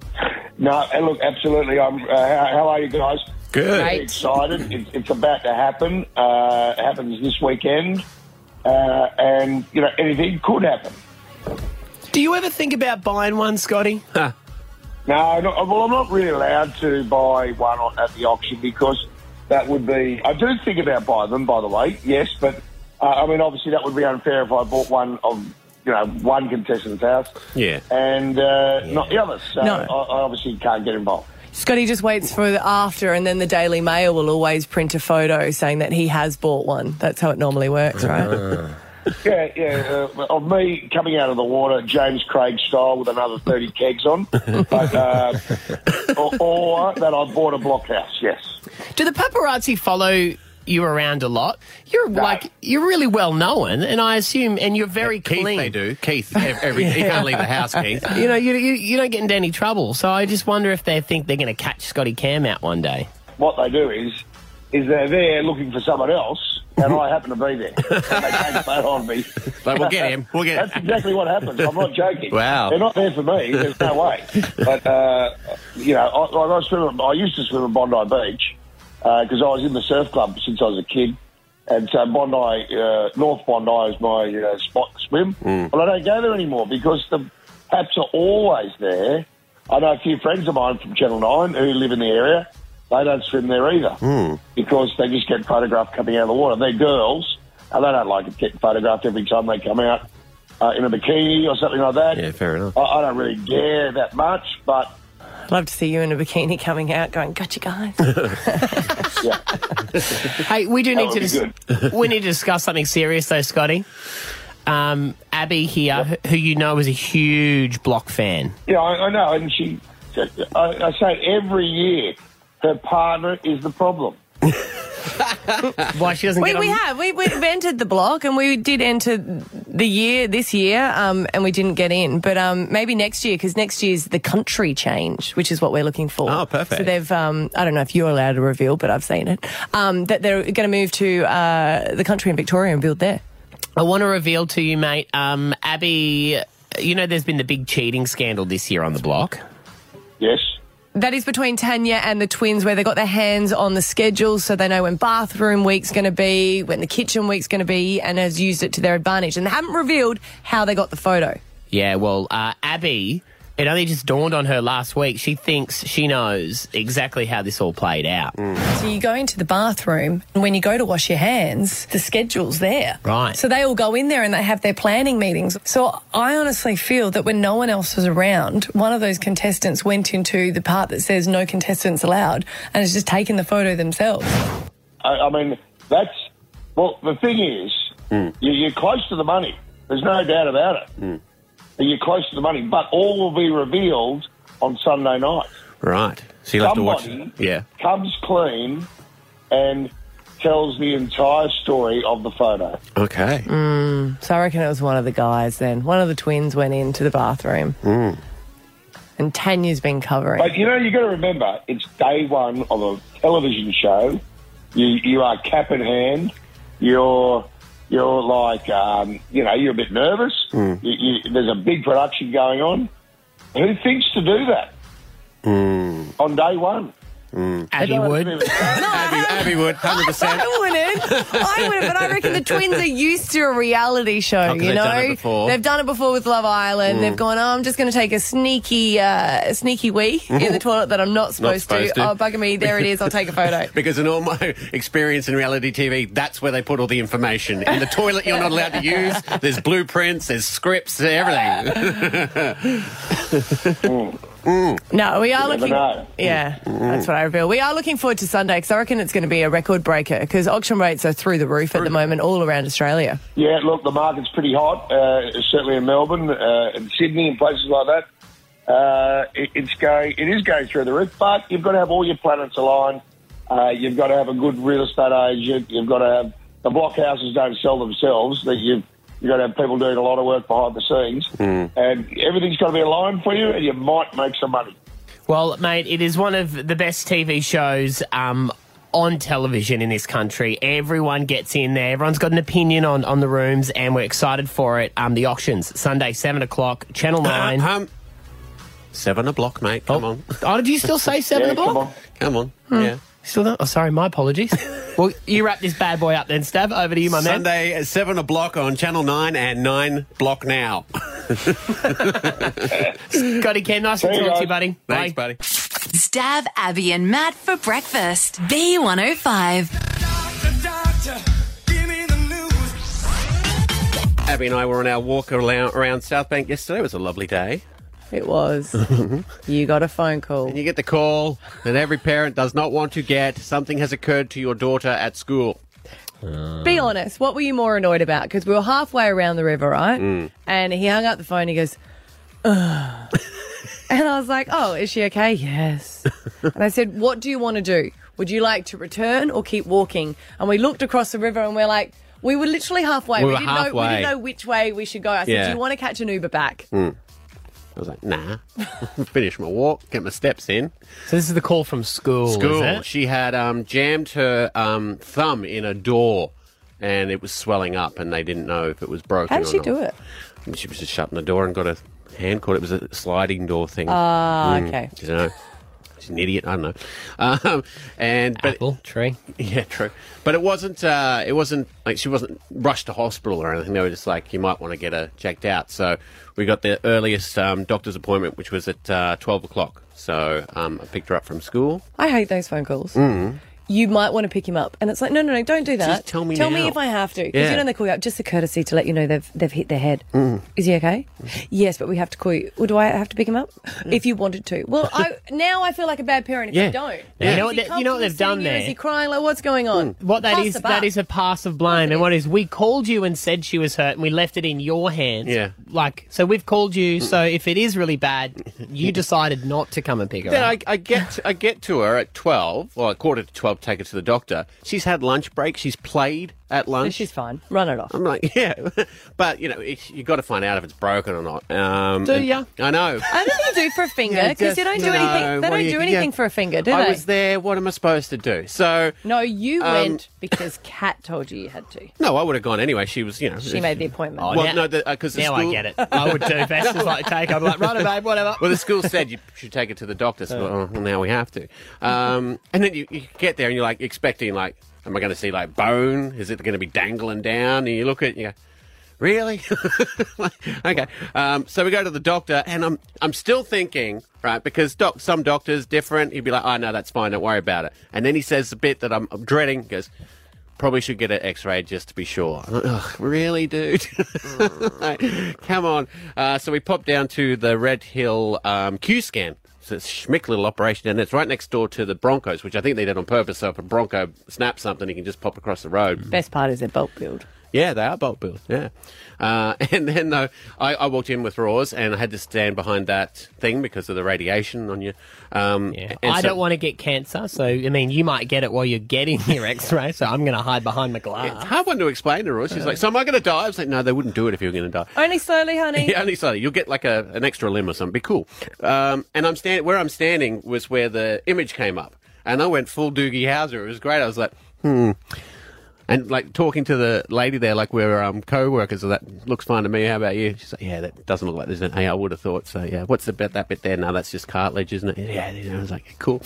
Speaker 20: No, and look, absolutely. I'm. Uh, how, how are you guys?
Speaker 2: Good.
Speaker 20: Very excited. It, it's about to happen. Uh, it happens this weekend, uh, and you know anything could happen.
Speaker 4: Do you ever think about buying one, Scotty?
Speaker 20: No, no, well, I'm not really allowed to buy one on- at the auction because that would be. I do think about buying them, by the way. Yes, but uh, I mean, obviously, that would be unfair if I bought one of you know one contestant's house
Speaker 2: Yeah.
Speaker 20: and uh, not the others. So
Speaker 3: No.
Speaker 20: I, I obviously can't get involved.
Speaker 3: Scotty just waits for the after, and then the Daily Mail will always print a photo saying that he has bought one. That's how it normally works, right?
Speaker 8: Ah. Uh-huh.
Speaker 20: Yeah, yeah. Uh, of me coming out of the water, James Craig style, with another 30 kegs on. But, uh, or, or that I bought a blockhouse, yes.
Speaker 4: Do the paparazzi follow you around a lot? You're like you're really well known, and I assume, and you're very
Speaker 2: Keith,
Speaker 4: clean.
Speaker 2: they do. Keith, ev- every, you can't leave the house, Keith.
Speaker 4: You know, you, you you don't get into any trouble. So I just wonder if they think they're going to catch Scotty Cam out one day.
Speaker 20: What they do is, is they're there looking for someone else, and I happen to be there. And they take a photo on me.
Speaker 2: But we'll get him. We'll get
Speaker 20: That's exactly what happens. I'm not joking.
Speaker 2: Wow.
Speaker 20: They're not there for me. There's no way. But, uh, you know, I, I, I, swim, I used to swim at Bondi Beach because I was in the surf club since I was a kid. And so Bondi, uh, North Bondi is my uh, spot to swim. But I don't go there anymore because the paps are always there I know a few friends of mine from Channel 9 who live in the area. They don't swim there either because they just get photographed coming out of the water. They're girls and they don't like it getting photographed every time they come out uh, in a bikini or something like that.
Speaker 17: Yeah, fair enough.
Speaker 20: I, I don't really care that much, but
Speaker 3: I'd love to see you in a bikini coming out going, gotcha, guys.
Speaker 4: Hey, we do
Speaker 3: That
Speaker 4: need
Speaker 3: would
Speaker 4: to
Speaker 3: be
Speaker 4: dis- we need to discuss something serious though, Scotty. Um, Abby here, who- who you know is a huge Block fan.
Speaker 20: Yeah, I, I know, and she. I, I say it every year her partner is the problem.
Speaker 4: Why she doesn't
Speaker 3: We, we have. We, we entered the block and we did enter the year this year um, and we didn't get in. But um, maybe next year because next year's the country change, which is what we're looking for. Oh,
Speaker 2: perfect.
Speaker 3: So they've, um, I don't know if you're allowed to reveal, but I've seen it, um, that they're going to move to uh, the country in Victoria and build there.
Speaker 4: I want to reveal to you, mate. Um, Abby, you know there's been the big cheating scandal this year on the block.
Speaker 20: Yes.
Speaker 3: That is between Tanya and the twins, where they got their hands on the schedule, so they know when bathroom week's going to be, when the kitchen week's going to be, and has used it to their advantage. And they haven't revealed how they got the photo.
Speaker 4: Yeah, well, uh, Abby, it only just dawned on her last week. She thinks she knows exactly how this all played out.
Speaker 3: So you go into the bathroom, and when you go to wash your hands, the schedule's there.
Speaker 4: Right.
Speaker 3: So they all go in there and they have their planning meetings. So I honestly feel that when no one else was around, one of those contestants went into the part that says no contestants allowed and has just taken the photo themselves.
Speaker 20: I, I mean, that's well. The thing is, you, you're close to the money. There's no doubt about it. You're close to the money, but all will be revealed on Sunday night.
Speaker 2: Right. So you'll have to watch.
Speaker 20: Somebody-
Speaker 2: Yeah.
Speaker 20: Comes clean and tells the entire story of the photo.
Speaker 2: Okay.
Speaker 3: Mm, so I reckon it was one of the guys then. One of the twins went into the bathroom. And Tanya's been covering.
Speaker 20: But you know, you got to remember, it's day one of a television show. You you are cap in hand. You're you're like um, you know you're a bit nervous.
Speaker 2: Hmm.
Speaker 20: You, you, there's a big production going on. Who thinks to do that
Speaker 2: Hmm.
Speaker 20: on day one?
Speaker 4: Abby would.
Speaker 2: Abby would, 100%.
Speaker 3: I wouldn't. I wouldn't, but I reckon the twins are used to a reality show,
Speaker 2: 'cause
Speaker 3: you
Speaker 2: they've
Speaker 3: know?
Speaker 2: done it before.
Speaker 3: They've done it before with Love Island.
Speaker 2: Mm.
Speaker 3: They've gone, oh, I'm just going to take a sneaky uh, a sneaky wee in the toilet that I'm not supposed,
Speaker 2: Mm-hmm. supposed to.
Speaker 3: Oh, bugger me. There it is. I'll take a photo.
Speaker 2: Because in all my experience in reality TV, that's where they put all the information. In the toilet you're not allowed to use, there's blueprints, there's scripts, there's everything.
Speaker 3: No, we are
Speaker 2: Mm. You never
Speaker 3: looking.
Speaker 2: know.
Speaker 3: Yeah,
Speaker 2: Mm.
Speaker 3: that's what I reveal. We are looking forward to Sunday because I reckon it's going to be a record breaker because auction rates are through the roof at the moment all around Australia.
Speaker 20: Yeah, look, the market's pretty hot, uh, certainly in Melbourne uh, and Sydney and places like that. Uh, it, it's going, it is going through the roof, but you've got to have all your planets aligned. Uh, you've got to have a good real estate agent. You've got to have the blockhouses don't sell themselves. That you've you've got to have people doing a lot of work behind the scenes, and everything's got to be aligned for you, and you might make some money.
Speaker 4: Well, mate, it is one of the best TV shows um, on television in this country. Everyone gets in there. Everyone's got an opinion on, on the rooms, and we're excited for it. Um, the auctions Sunday, seven o'clock, Channel Nine.
Speaker 2: Seven o'clock, mate. Come on.
Speaker 4: Oh, did you still say seven
Speaker 2: Yeah,
Speaker 4: o'clock?
Speaker 2: come on. Come on. Yeah.
Speaker 4: Still not? Oh, sorry, my apologies. well, you wrap this bad boy up then, Stab. Over to you, my man.
Speaker 2: Sunday at seven o'clock on Channel Nine and Nine Block Now.
Speaker 4: Scotty Ken, nice to
Speaker 2: There you
Speaker 4: talk
Speaker 2: go.
Speaker 4: to you, buddy.
Speaker 2: Thanks, buddy.
Speaker 5: Stab Abby and Matt for breakfast. B105.
Speaker 2: Abby and I were on our walk around, around South Bank yesterday. It was a lovely day.
Speaker 3: It was. you got a phone call.
Speaker 2: And you get the call that every parent does not want to get. Something has occurred to your daughter at school.
Speaker 3: Be honest, what were you more annoyed about? Because we were halfway around the river, right?
Speaker 2: Mm.
Speaker 3: And he hung up the phone. He goes, Ugh. and I was like, "Oh, is she okay?" Yes. and I said, "What do you want to do? Would you like to return or keep walking?" And we looked across the river, and we're like, "We were literally halfway.
Speaker 2: We were
Speaker 3: didn't know. We
Speaker 2: halfway.
Speaker 3: didn't know which way we should go." I said,
Speaker 2: Yeah.
Speaker 3: "Do you want to catch an Uber back?"
Speaker 2: Hmm. I was like, nah. Finish my walk, get my steps in.
Speaker 4: So this is the call from school. is
Speaker 2: School.
Speaker 4: it?
Speaker 2: She had um, jammed her um, thumb in a door, and it was swelling up, and they didn't know if it was broken.
Speaker 3: How did
Speaker 2: or
Speaker 3: she
Speaker 2: not.
Speaker 3: do it?
Speaker 2: And She was just shutting the door and got a hand caught. It was a sliding door thing.
Speaker 3: Ah, okay.
Speaker 2: Mm, You know. She's an idiot. I don't know. Um, and but
Speaker 4: apple tree.
Speaker 2: Yeah, true. But it wasn't. Uh, it wasn't like she wasn't rushed to hospital or anything. They were just like, you might want to get her checked out. So we got the earliest um, doctor's appointment, which was at uh, twelve o'clock. So um, I picked her up from school.
Speaker 3: I hate those phone calls.
Speaker 2: Mm.
Speaker 3: You might want to pick him up, and it's like, no, no, no, don't do that.
Speaker 2: Just tell me
Speaker 3: Tell
Speaker 2: now.
Speaker 3: me if I have to, because
Speaker 2: Yeah.
Speaker 3: you know they call you up Uh, just the courtesy to let you know they've they've hit their head. Is he okay? Yes, but we have to call you. Well, do I have to pick him up? If you wanted to. Well, I now I feel like a bad parent if
Speaker 4: Yeah.
Speaker 3: you don't.
Speaker 4: Yeah. You know
Speaker 3: Is
Speaker 4: what
Speaker 3: he
Speaker 4: they- you know what
Speaker 3: comfortable
Speaker 4: they've done
Speaker 3: seeing you?
Speaker 4: there? Mm.
Speaker 3: Is he crying? Like, what's going on?
Speaker 4: What that
Speaker 3: Pass
Speaker 4: is,
Speaker 3: the buck.
Speaker 4: that is a pass of blame. And what is, we called you and said she was hurt, and we left it in your hands.
Speaker 2: Yeah. Mm.
Speaker 4: Like, so we've called you. So if it is really bad, you decided not to come and pick her
Speaker 2: Then
Speaker 4: up.
Speaker 2: I, I get to, I get to her at twelve or a quarter to twelve. Take her to the doctor. She's had lunch break. She's played at lunch.
Speaker 3: she's fine. Run it off.
Speaker 2: I'm like, yeah, but you know, it, you got to find out if it's broken or not. Um,
Speaker 3: Do
Speaker 2: and-
Speaker 3: ya?
Speaker 2: I know.
Speaker 3: I don't think they do for a finger
Speaker 2: Yeah,
Speaker 3: because they don't do
Speaker 2: just- no,
Speaker 3: anything. They
Speaker 2: well,
Speaker 3: don't
Speaker 2: you-
Speaker 3: do anything
Speaker 2: yeah.
Speaker 3: for a finger, do
Speaker 2: I
Speaker 3: they?
Speaker 2: was there. What am I supposed to do? So
Speaker 3: No, you
Speaker 2: Um,
Speaker 3: went because Kat told you you had to.
Speaker 2: no, I would have gone anyway. She was, you know,
Speaker 3: She made the appointment.
Speaker 2: well, no, because the, uh 'cause the
Speaker 4: now I
Speaker 2: school...
Speaker 4: get it. I would do best as like take. I'm like, right, babe, whatever.
Speaker 2: Well, the school said you should take it to the doctor. So oh, well, now we have to. Um, and then you, you get there and you're like expecting like, am I going to see like bone? Is it going to be dangling down? And you look at it and you go, really? okay. Um, so we go to the doctor and I'm I'm still thinking right because doc some doctors different. He'd be like, oh no, that's fine, don't worry about it. And then he says the bit that I'm, I'm dreading. He goes. Probably should get an X-ray just to be sure. I'm like, Ugh, really, dude? Like, Come on. Uh, so we popped down to the Red Hill um, Q scan. It's a schmick little operation, and it's right next door to the Broncos, which I think they did on purpose. So if a Bronco snaps something, he can just pop across the
Speaker 4: Mm.
Speaker 2: road.
Speaker 3: Best part is their bolt build.
Speaker 2: Yeah, they are bolt built. Yeah. Uh, and then though, I, I walked in with Raws, and I had to stand behind that thing because of the radiation on you. Um, yeah.
Speaker 4: I don't want to get cancer, so I mean, you might get it while you're getting your X-ray. So I'm going to hide behind my
Speaker 2: It's a
Speaker 4: glass.
Speaker 2: hard one to explain to Raws. She's like, "So am I going to die?" I was like, "No, they wouldn't do it if you were going to die."
Speaker 3: Only slowly, honey.
Speaker 2: Yeah, only slightly. You'll get like a, an extra limb or something. Be cool. Um, and I'm stand where I'm standing was where the image came up, and I went full Doogie Howser. It was great. I was like, hmm. And like talking to the lady there, like we're um, co-workers. So that looks fine to me. How about you? She's like, yeah, that doesn't look like there's an. Hey, I would have thought so. Yeah, what's the bit that bit there? No, that's just cartilage, isn't it? Yeah, you know, I was like, cool.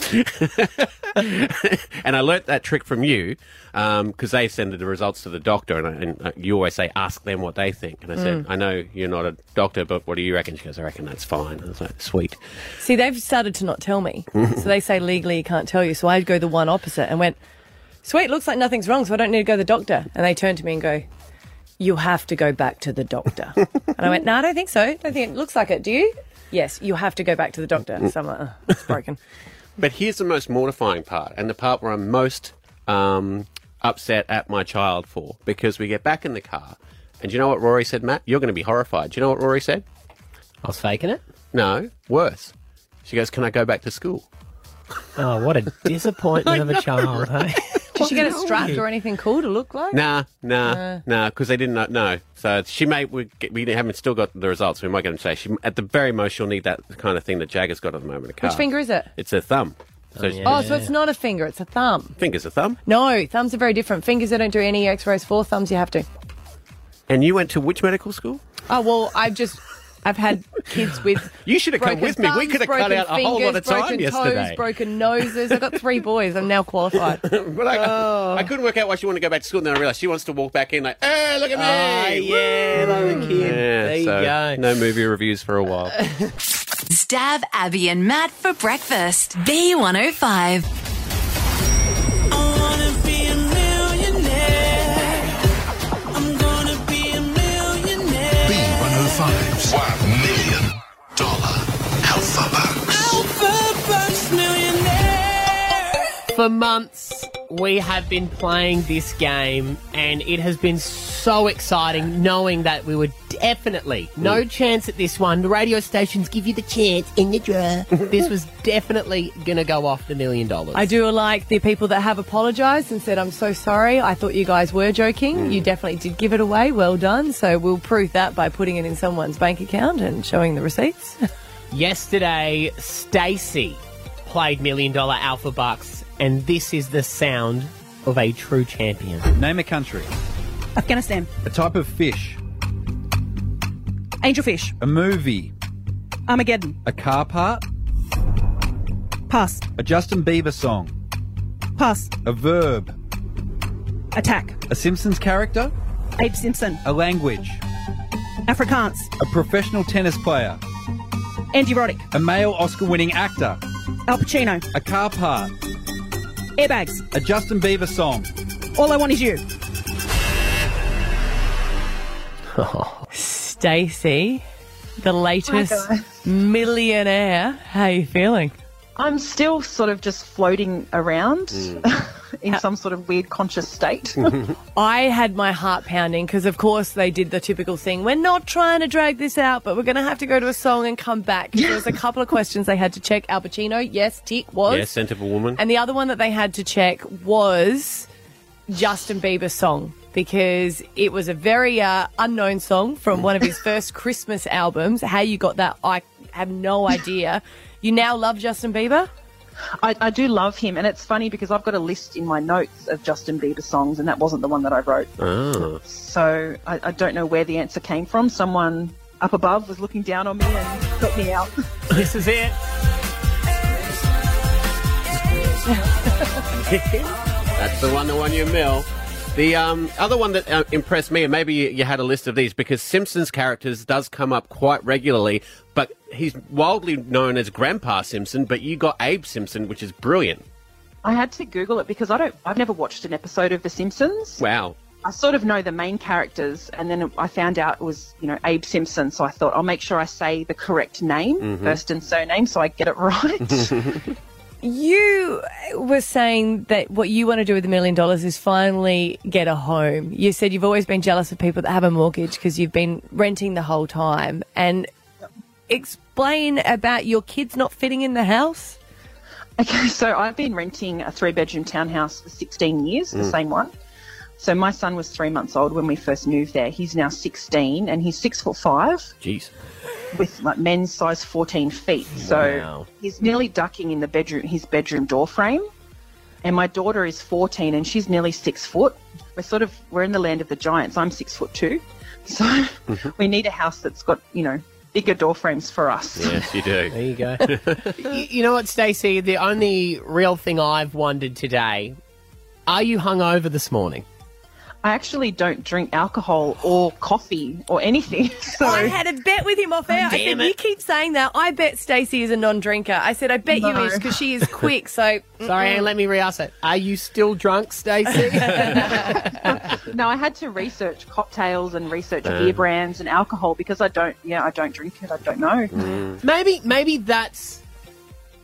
Speaker 2: and I learnt that trick from you because they send the results to the doctor, and, I, and uh, you always say, ask them what they think. And I said,
Speaker 3: Mm.
Speaker 2: I know you're not a doctor, but what do you reckon? She goes, I reckon that's fine. I was like, sweet.
Speaker 3: See, they've started to not tell me. so they say legally you can't tell you. So I'd go the one opposite and went, sweet, looks like nothing's wrong, so I don't need to go to the doctor. And they turned to me and go, you have to go back to the doctor. and I went, no, I don't think so. I don't think it looks like it. Do you? Yes, you have to go back to the
Speaker 2: Mm.
Speaker 3: doctor. So I'm like, "Ugh."
Speaker 2: But here's the most mortifying part, and the part where I'm most um, upset at my child for, because we get back in the car, and do you know what Rory said, Matt? You're going to be horrified. Do you know what Rory said?
Speaker 4: I was faking it.
Speaker 2: No, worse. She goes, "Can I go back to school?"
Speaker 4: Oh, what a disappointment of a child. Hey?
Speaker 3: did she get it
Speaker 4: What's wrong
Speaker 3: strapped
Speaker 4: with you?
Speaker 3: or anything cool to look like?
Speaker 2: Nah, nah,
Speaker 3: Uh.
Speaker 2: nah, because they didn't know. No, so she may we, get- we haven't still got the results. We might get them today. She, at the very most, she'll need that kind of thing that Jagger's got at the moment. A car.
Speaker 3: Which finger is it?
Speaker 2: It's a thumb. So
Speaker 3: Oh, so it's not a finger, it's a thumb.
Speaker 2: fingers a thumb.
Speaker 3: No, thumbs are very different. Fingers, they don't do any x rays. Four thumbs, you have to.
Speaker 2: And you went to which medical school?
Speaker 3: Oh well, I've just I've had kids with.
Speaker 2: You should have come
Speaker 3: broken
Speaker 2: with me. We
Speaker 3: thumbs,
Speaker 2: could have cut
Speaker 3: broken
Speaker 2: out a whole lot of
Speaker 3: fingers,
Speaker 2: time
Speaker 3: broken
Speaker 2: yesterday.
Speaker 3: Toes, broken noses. I've got three boys. I'm now qualified.
Speaker 2: But I, I couldn't work out why she wanted to go back to school, and then I realised she wants to walk back in like, "Hey, look at me!"
Speaker 4: yeah,
Speaker 2: love the kid.
Speaker 4: There you go.
Speaker 2: No movie reviews for a while.
Speaker 5: Stab Abby and Matt for breakfast. B105.
Speaker 1: B105's $1 oh million dollar alpha bucks.
Speaker 4: For months, we have been playing this game, and it has been so exciting knowing that we were definitely no chance at this one. The radio stations give you the chance in the draw. this was definitely going to go off the million dollars.
Speaker 3: I do like the people that have apologised and said, "I'm so sorry. I thought you guys were joking.
Speaker 4: Hmm.
Speaker 3: You definitely did give it away. Well done." So we'll prove that by putting it in someone's bank account and showing the receipts.
Speaker 4: Yesterday, Stacy played Million Dollar Alpha Bucks, and this is the sound of a true champion.
Speaker 17: Name a country,
Speaker 21: Afghanistan.
Speaker 17: a type of fish,
Speaker 21: Angelfish.
Speaker 17: a movie,
Speaker 21: Armageddon.
Speaker 17: a car part, Pass.
Speaker 21: A Justin Bieber song.
Speaker 17: Pass.
Speaker 21: A verb.
Speaker 17: Attack.
Speaker 21: A Simpsons character.
Speaker 17: Abe Simpson.
Speaker 21: A language.
Speaker 17: Afrikaans.
Speaker 21: A professional tennis player.
Speaker 17: Andy Roddick.
Speaker 21: A male Oscar winning actor.
Speaker 17: Al Pacino.
Speaker 21: A car part.
Speaker 17: Airbags.
Speaker 21: A Justin Bieber song.
Speaker 17: All I want is you.
Speaker 3: Stacey, the latest millionaire. How are you feeling?
Speaker 22: I'm still sort of just floating around
Speaker 4: Hmm.
Speaker 3: Uh,
Speaker 22: in some sort of weird conscious state.
Speaker 3: I had my heart pounding because, of course, they did the typical thing. We're not trying to drag this out, but we're going to have to go to a song and come back. There was a couple of questions they had to check. Al Pacino, yes, tick was.
Speaker 2: Yeah, scent of a woman.
Speaker 3: And the other one that they had to check was Justin Bieber's song because it was a very uh, unknown song from one of his first Christmas albums. How you got that, I have no idea. You now love Justin Bieber?
Speaker 22: I, I do love him, and it's funny because I've got a list in my notes of Justin Bieber songs, and that wasn't the one that I wrote.
Speaker 2: Oh.
Speaker 22: So I, I don't know where the answer came from. Someone up above was looking down on me and got me out.
Speaker 4: this is it.
Speaker 2: That's the one that won you a mill. The um, other one that uh, impressed me, and maybe you, you had a list of these because Simpsons characters does come up quite regularly, but he's wildly known as Grandpa Simpson, but you got Abe Simpson, which is brilliant.
Speaker 22: I had to Google it because I don't. I've never watched an episode of The Simpsons.
Speaker 2: Wow.
Speaker 22: I sort of know the main characters, and then I found out it was you know Abe Simpson, so I thought I'll make sure I say the correct name
Speaker 2: Mhm.
Speaker 22: first and surname, so I get it right.
Speaker 3: You were saying that what you want to do with a million dollars is finally get a home. You said you've always been jealous of people that have a mortgage because you've been renting the whole time. And explain about your kids not fitting in the house.
Speaker 22: Okay, so I've been renting a three bedroom townhouse for 16 years, the Mm. same one. So my son was three months old when we first moved there. He's now 16 and he's six foot five
Speaker 2: Jeez.
Speaker 22: with like men's size 14 feet. So
Speaker 2: Wow.
Speaker 22: he's nearly ducking in the bedroom, his bedroom door frame. And my daughter is 14 and she's nearly six foot. We're sort of, we're in the land of the giants. I'm six foot two. So we need a house that's got, you know, bigger door frames for us.
Speaker 2: Yes, you do.
Speaker 4: There you go. you, you know what, Stacey? The only real thing I've wondered today are you hungover this morning?
Speaker 22: I actually don't drink alcohol or coffee or anything. So
Speaker 3: I had a bet with him
Speaker 4: Oh,
Speaker 3: off air. I
Speaker 22: Damn
Speaker 3: said,
Speaker 22: it.
Speaker 3: You keep saying that. I bet Stacey is a non drinker. I said, I bet you is because she is quick. So
Speaker 4: Sorry, Anne, let me re ask it. Are you still drunk, Stacey?
Speaker 22: no, I had to research cocktails and research
Speaker 4: Um.
Speaker 22: beer brands and alcohol because I don't. Yeah, I don't drink it. I don't know.
Speaker 4: Mm.
Speaker 2: Mm.
Speaker 4: maybe, maybe that's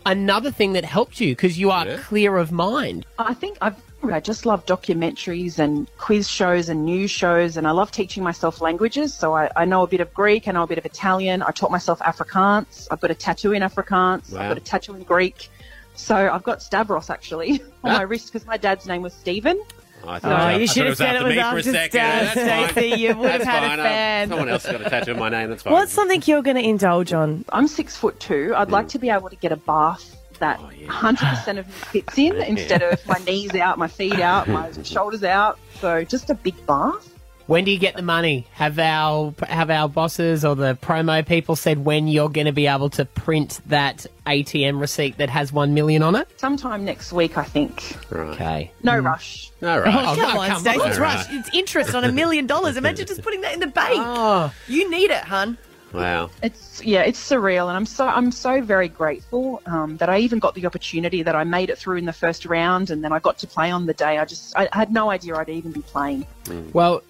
Speaker 4: another thing that helped you because you are clear of mind.
Speaker 22: I think I've. I just love documentaries and quiz shows and news shows, and I love teaching myself languages. So I, I know a bit of Greek, I know a bit of Italian. I taught myself Afrikaans. I've got a tattoo in Afrikaans.
Speaker 23: Wow.
Speaker 22: I've got a tattoo in Greek. So I've got Stavros actually on
Speaker 4: Ah.
Speaker 22: my wrist because my dad's name was Stephen.
Speaker 2: I
Speaker 22: Oh,
Speaker 2: I-
Speaker 22: you
Speaker 2: I
Speaker 22: should have
Speaker 2: it was
Speaker 22: said
Speaker 2: after
Speaker 22: it
Speaker 2: me
Speaker 22: was
Speaker 2: for a
Speaker 22: after
Speaker 2: second.
Speaker 22: Stan,
Speaker 2: That's fine.
Speaker 22: Stacey, you would have
Speaker 2: That's
Speaker 22: had a
Speaker 2: fine. I-
Speaker 22: fan.
Speaker 2: Someone else got a tattoo of my name. That's fine.
Speaker 3: What's something you're going to indulge on?
Speaker 22: I'm six foot two. I'd like to be able to get a bath that 100% of me fits in
Speaker 4: Yeah.
Speaker 22: instead of my knees out, my feet out, my shoulders out. So just a big bath.
Speaker 4: When do you get the money? Have our have our bosses or the promo people said when you're going to be able to print that ATM receipt that has one million on it?
Speaker 22: Sometime next week, I think.
Speaker 4: Okay. Mm.
Speaker 22: No rush.
Speaker 4: No
Speaker 22: rush.
Speaker 3: Oh, come on, Stacey. What's rush?
Speaker 4: Right.
Speaker 3: It's interest on a million dollars. Imagine just putting that in the bank. You need it, hun.
Speaker 2: Wow.
Speaker 22: It's Ah. yeah, it's surreal, and I'm so I'm so very grateful um, that I even got the opportunity that I made it through in the first round, and then I got to play on the day. I just I had no idea I'd even be playing.
Speaker 4: Well,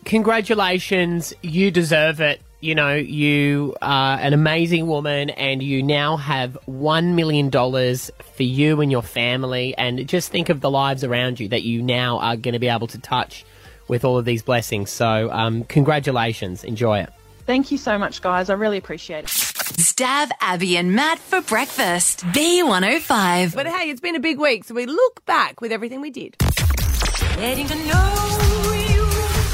Speaker 4: congratulations. You deserve it. You know, you are an amazing woman and you now have $1 million for you and your family. And just think of the lives around you that you now are going to be able to touch with all of these blessings. So, um, congratulations. Enjoy it.
Speaker 22: Thank you so much, guys. I really appreciate it.
Speaker 5: Stab Abby and Matt for breakfast. B105.
Speaker 3: But hey, it's been a big week, so we look back with everything we did.
Speaker 5: Getting to know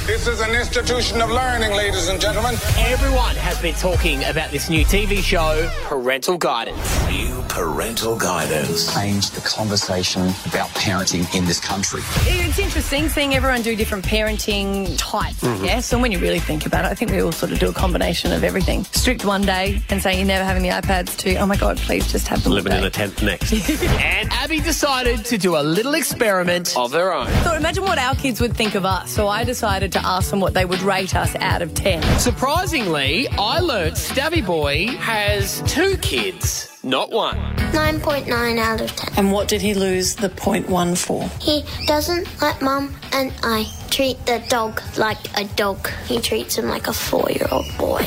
Speaker 24: This is an institution of learning, ladies and gentlemen.
Speaker 4: Everyone has been talking about this new TV show, Parental Guidance.
Speaker 24: You
Speaker 12: Parental guidance. Change the conversation about parenting in this country.
Speaker 3: It's interesting seeing everyone do different parenting types,
Speaker 12: Mhm.
Speaker 3: yes? And when you really think about it, I think we all sort of do a combination of everything. Strict one day and saying you're never having the iPads to, oh my God, please just have them.
Speaker 2: Living in a tent next.
Speaker 3: and Abby decided to do a little experiment.
Speaker 2: of their own.
Speaker 3: So imagine what our kids would think of us. So I decided to ask them what they would rate us out of 10.
Speaker 4: Surprisingly, I learnt Stabby Boy has two kids, not one.
Speaker 10: 9.9 out of 10.
Speaker 4: And what did he lose the point one for?
Speaker 10: He doesn't let mum and I treat the dog like a dog. He treats him like a four year old boy.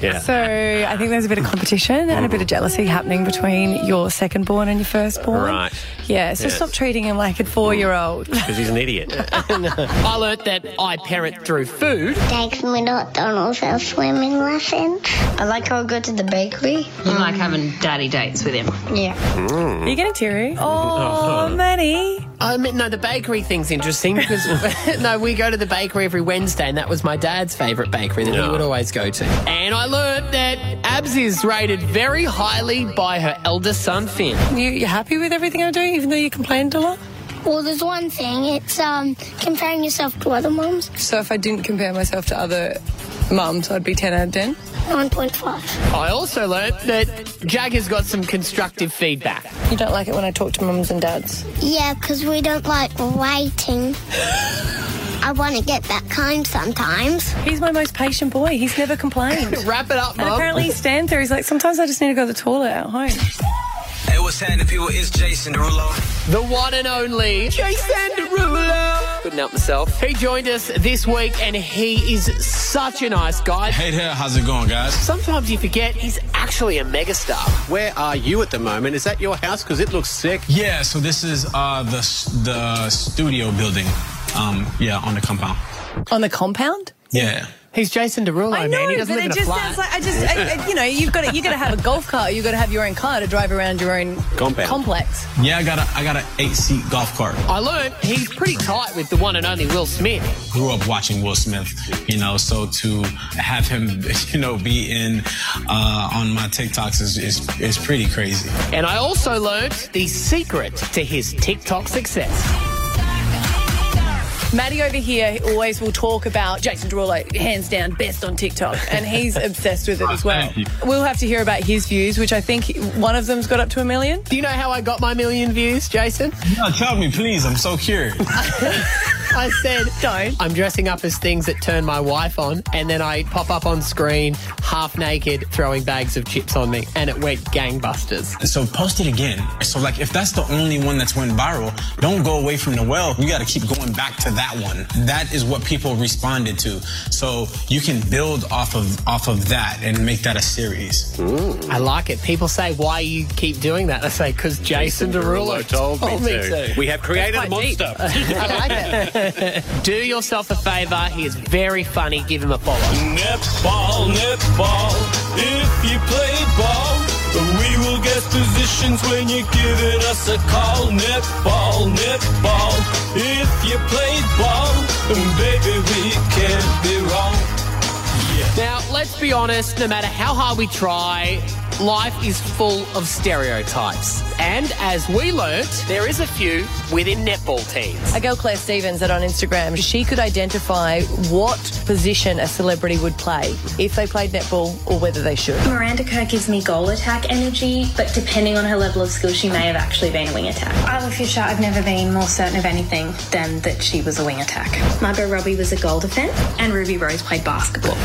Speaker 2: Yeah.
Speaker 3: So I think there's a bit of competition and a bit of jealousy happening between your second born and your first born.
Speaker 2: Right.
Speaker 3: Yeah, so
Speaker 2: Yes.
Speaker 3: stop treating him like a four year old.
Speaker 2: Because he's an idiot.
Speaker 4: I learnt that I parent through food.
Speaker 10: Takes me to McDonald's for swimming lessons. I like how I go to the bakery.
Speaker 4: You like having daddy dates with him.
Speaker 10: Yeah.
Speaker 4: Are you
Speaker 3: getting teary?
Speaker 4: Oh,
Speaker 3: Manny.
Speaker 4: Hmm. I mean, no, the bakery thing's interesting because, no, we go to the bakery every Wednesday, and that was my dad's favourite bakery that he would always go to. And I learnt that Abs is rated very highly by her elder son, Finn.
Speaker 3: You, you happy with everything I do, even though you complained a lot?
Speaker 10: Well, there's one thing. It's um comparing yourself to other mums.
Speaker 3: So if I didn't compare myself to other mums, I'd be 10 out of 10?
Speaker 10: 9.5.
Speaker 4: I also learnt that Jag has got some constructive feedback.
Speaker 3: You don't like it when I talk to mums and dads?
Speaker 10: Yeah, because we don't like waiting. I want to get that kind sometimes.
Speaker 3: He's my most patient boy. He's never complained.
Speaker 4: Wrap it up,
Speaker 3: And apparently he stands there. He's like, sometimes I just need to go to the toilet at home.
Speaker 12: Hey, what's happening, people? It's Jason Derulo.
Speaker 4: The one and only Jason Derulo. Couldn't help myself. He joined us this week, and he is such a nice guy.
Speaker 9: Hey there, how's it going, guys?
Speaker 4: Sometimes you forget he's actually a megastar.
Speaker 2: Where are you at the moment? Is that your house? Because it looks sick.
Speaker 9: Yeah, so this is uh, the s- the studio building. Um, yeah, on the compound.
Speaker 3: On the compound?
Speaker 9: Yeah.
Speaker 4: He's Jason Derulo,
Speaker 3: I know,
Speaker 4: man. He
Speaker 3: but
Speaker 4: doesn't live
Speaker 3: it
Speaker 4: in a
Speaker 3: just
Speaker 4: flat.
Speaker 3: sounds like I just, I, I- you know, you've got to, you got to have a golf cart. You've got to have your own car to drive around your own
Speaker 9: Compound.
Speaker 3: complex.
Speaker 9: Yeah, I got a I got an eight seat golf cart.
Speaker 4: I learned he's pretty tight with the one and only Will Smith.
Speaker 9: Grew up watching Will Smith, you know, so to have him, you know, be in uh, on my TikToks is, is is pretty crazy.
Speaker 4: And I also learned the secret to his TikTok success.
Speaker 3: Maddie over here always will talk about Jason Derulo, hands down, best on TikTok, and he's obsessed with it as well. We'll have to hear about his views, which I think one of them's got up to a million.
Speaker 4: Do you know how I got my million views, Jason?
Speaker 9: No, tell me, please. I'm so curious.
Speaker 4: I said, don't. I'm dressing up as things that turn my wife on, and then I pop up on screen half naked, throwing bags of chips on me, and it went gangbusters.
Speaker 9: So post it again. So like, if that's the only one that's went viral, don't go away from the well. You got to keep going back to that one. That is what people responded to. So you can build off of off of that and make that a series.
Speaker 4: I like it. People say, why you keep doing that? I say, because Jason, Derulo told, me, to.
Speaker 2: We have created a
Speaker 4: That's quite deep.
Speaker 2: monster.
Speaker 4: I like it. Do yourself a favour. He is very funny. Give him a follow.
Speaker 8: Netball, netball, if you play ball, we will get positions when you give it us a call. Netball, netball, if you play ball, baby, we can't be wrong.
Speaker 4: Now, let's be honest, no matter how hard we try, life is full of stereotypes. And as we learnt, there is a few within netball teams.
Speaker 3: A girl, Claire Stevens, that on Instagram, she could identify what position a celebrity would play if they played netball or whether they should.
Speaker 25: Miranda Kerr gives me goal attack energy, but depending on her level of skill, she may have actually been a wing attack. Isla Fisher, I've never been more certain of anything than that she was a wing attack. Margot Robbie was a goal defense, and Ruby Rose played basketball.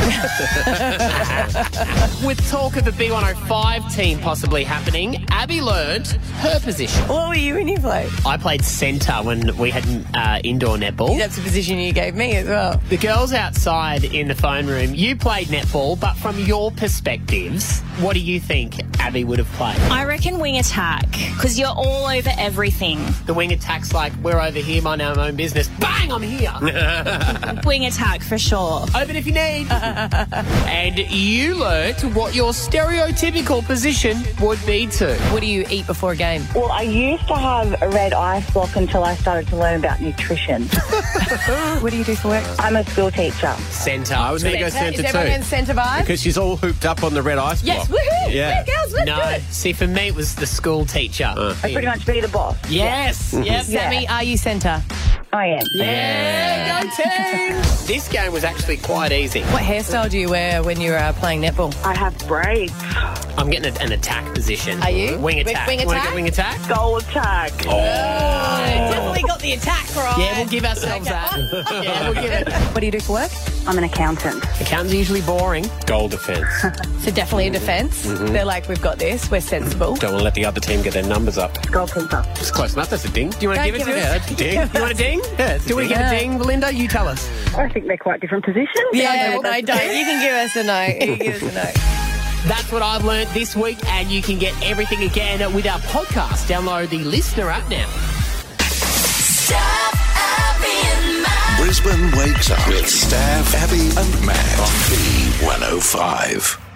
Speaker 4: With talk of the B105 team possibly happening, Abby learnt her position.
Speaker 3: What were you when you played?
Speaker 4: I played centre when we had uh, indoor netball.
Speaker 3: That's the position you gave me as well.
Speaker 4: The girls outside in the phone room, you played netball, but from your perspectives, what do you think Abby would have played?
Speaker 26: I reckon wing attack because you're all over everything.
Speaker 4: The wing attack's like, we're over here, mind our own business. Bang, I'm here.
Speaker 26: Wing attack for sure.
Speaker 4: Open if you need. and you learnt what your stereotypical position would be to.
Speaker 3: What do you eat before a game?
Speaker 25: Well, I used to have a red
Speaker 8: ice block until I started to learn about nutrition. what do you do for work? I'm a school teacher.
Speaker 2: Centre. I was going to Oh, go centre
Speaker 27: Is everyone
Speaker 2: too.
Speaker 27: incentivized?
Speaker 2: Because she's all hooped up on the red ice
Speaker 27: Yes,
Speaker 2: block.
Speaker 27: woohoo!
Speaker 2: Yeah.
Speaker 27: Yeah, girls, let's
Speaker 2: No.
Speaker 27: do it.
Speaker 4: See, for me, it was the school teacher.
Speaker 8: I pretty much be the boss.
Speaker 4: Yes, yes.
Speaker 3: Sammy, are you centre?
Speaker 8: I am.
Speaker 4: Yeah, go team! this game was actually quite easy.
Speaker 3: What hairstyle do you wear when you're uh, playing netball?
Speaker 8: I have braids.
Speaker 4: I'm getting a, an attack position.
Speaker 3: Are you?
Speaker 4: Wing
Speaker 3: Wing-
Speaker 4: attack.
Speaker 3: wing
Speaker 4: Wanna
Speaker 3: attack?
Speaker 4: go wing attack?
Speaker 8: Goal attack.
Speaker 3: Definitely got the attack right.
Speaker 4: Oh. Yeah, we'll give ourselves that. yeah, we'll give it.
Speaker 3: What do you do for work?
Speaker 8: I'm an accountant.
Speaker 4: Accountants are usually boring. Mm-hmm.
Speaker 2: Goal defence.
Speaker 3: So definitely a defense
Speaker 2: Mhm.
Speaker 3: They're like, we've got this. We're sensible.
Speaker 2: Don't want to let the other team get their numbers up.
Speaker 8: Goalkeeper.
Speaker 2: It's close enough. That's a ding. Do you want
Speaker 4: Don't
Speaker 2: to give it
Speaker 4: give
Speaker 2: to us?
Speaker 4: us-
Speaker 2: Yeah, that's a ding.
Speaker 4: give
Speaker 2: You want a ding? Yeah,
Speaker 4: Do we get a ding, Belinda? You tell us.
Speaker 8: I think they're quite different positions.
Speaker 3: Yeah, no, don't. You can give us a no. You can give us a no.
Speaker 4: That's what I've learned this week, and you can get everything again with our podcast. Download the listener app now.
Speaker 1: Brisbane wakes up with Staff, Abby, and Matt on B105.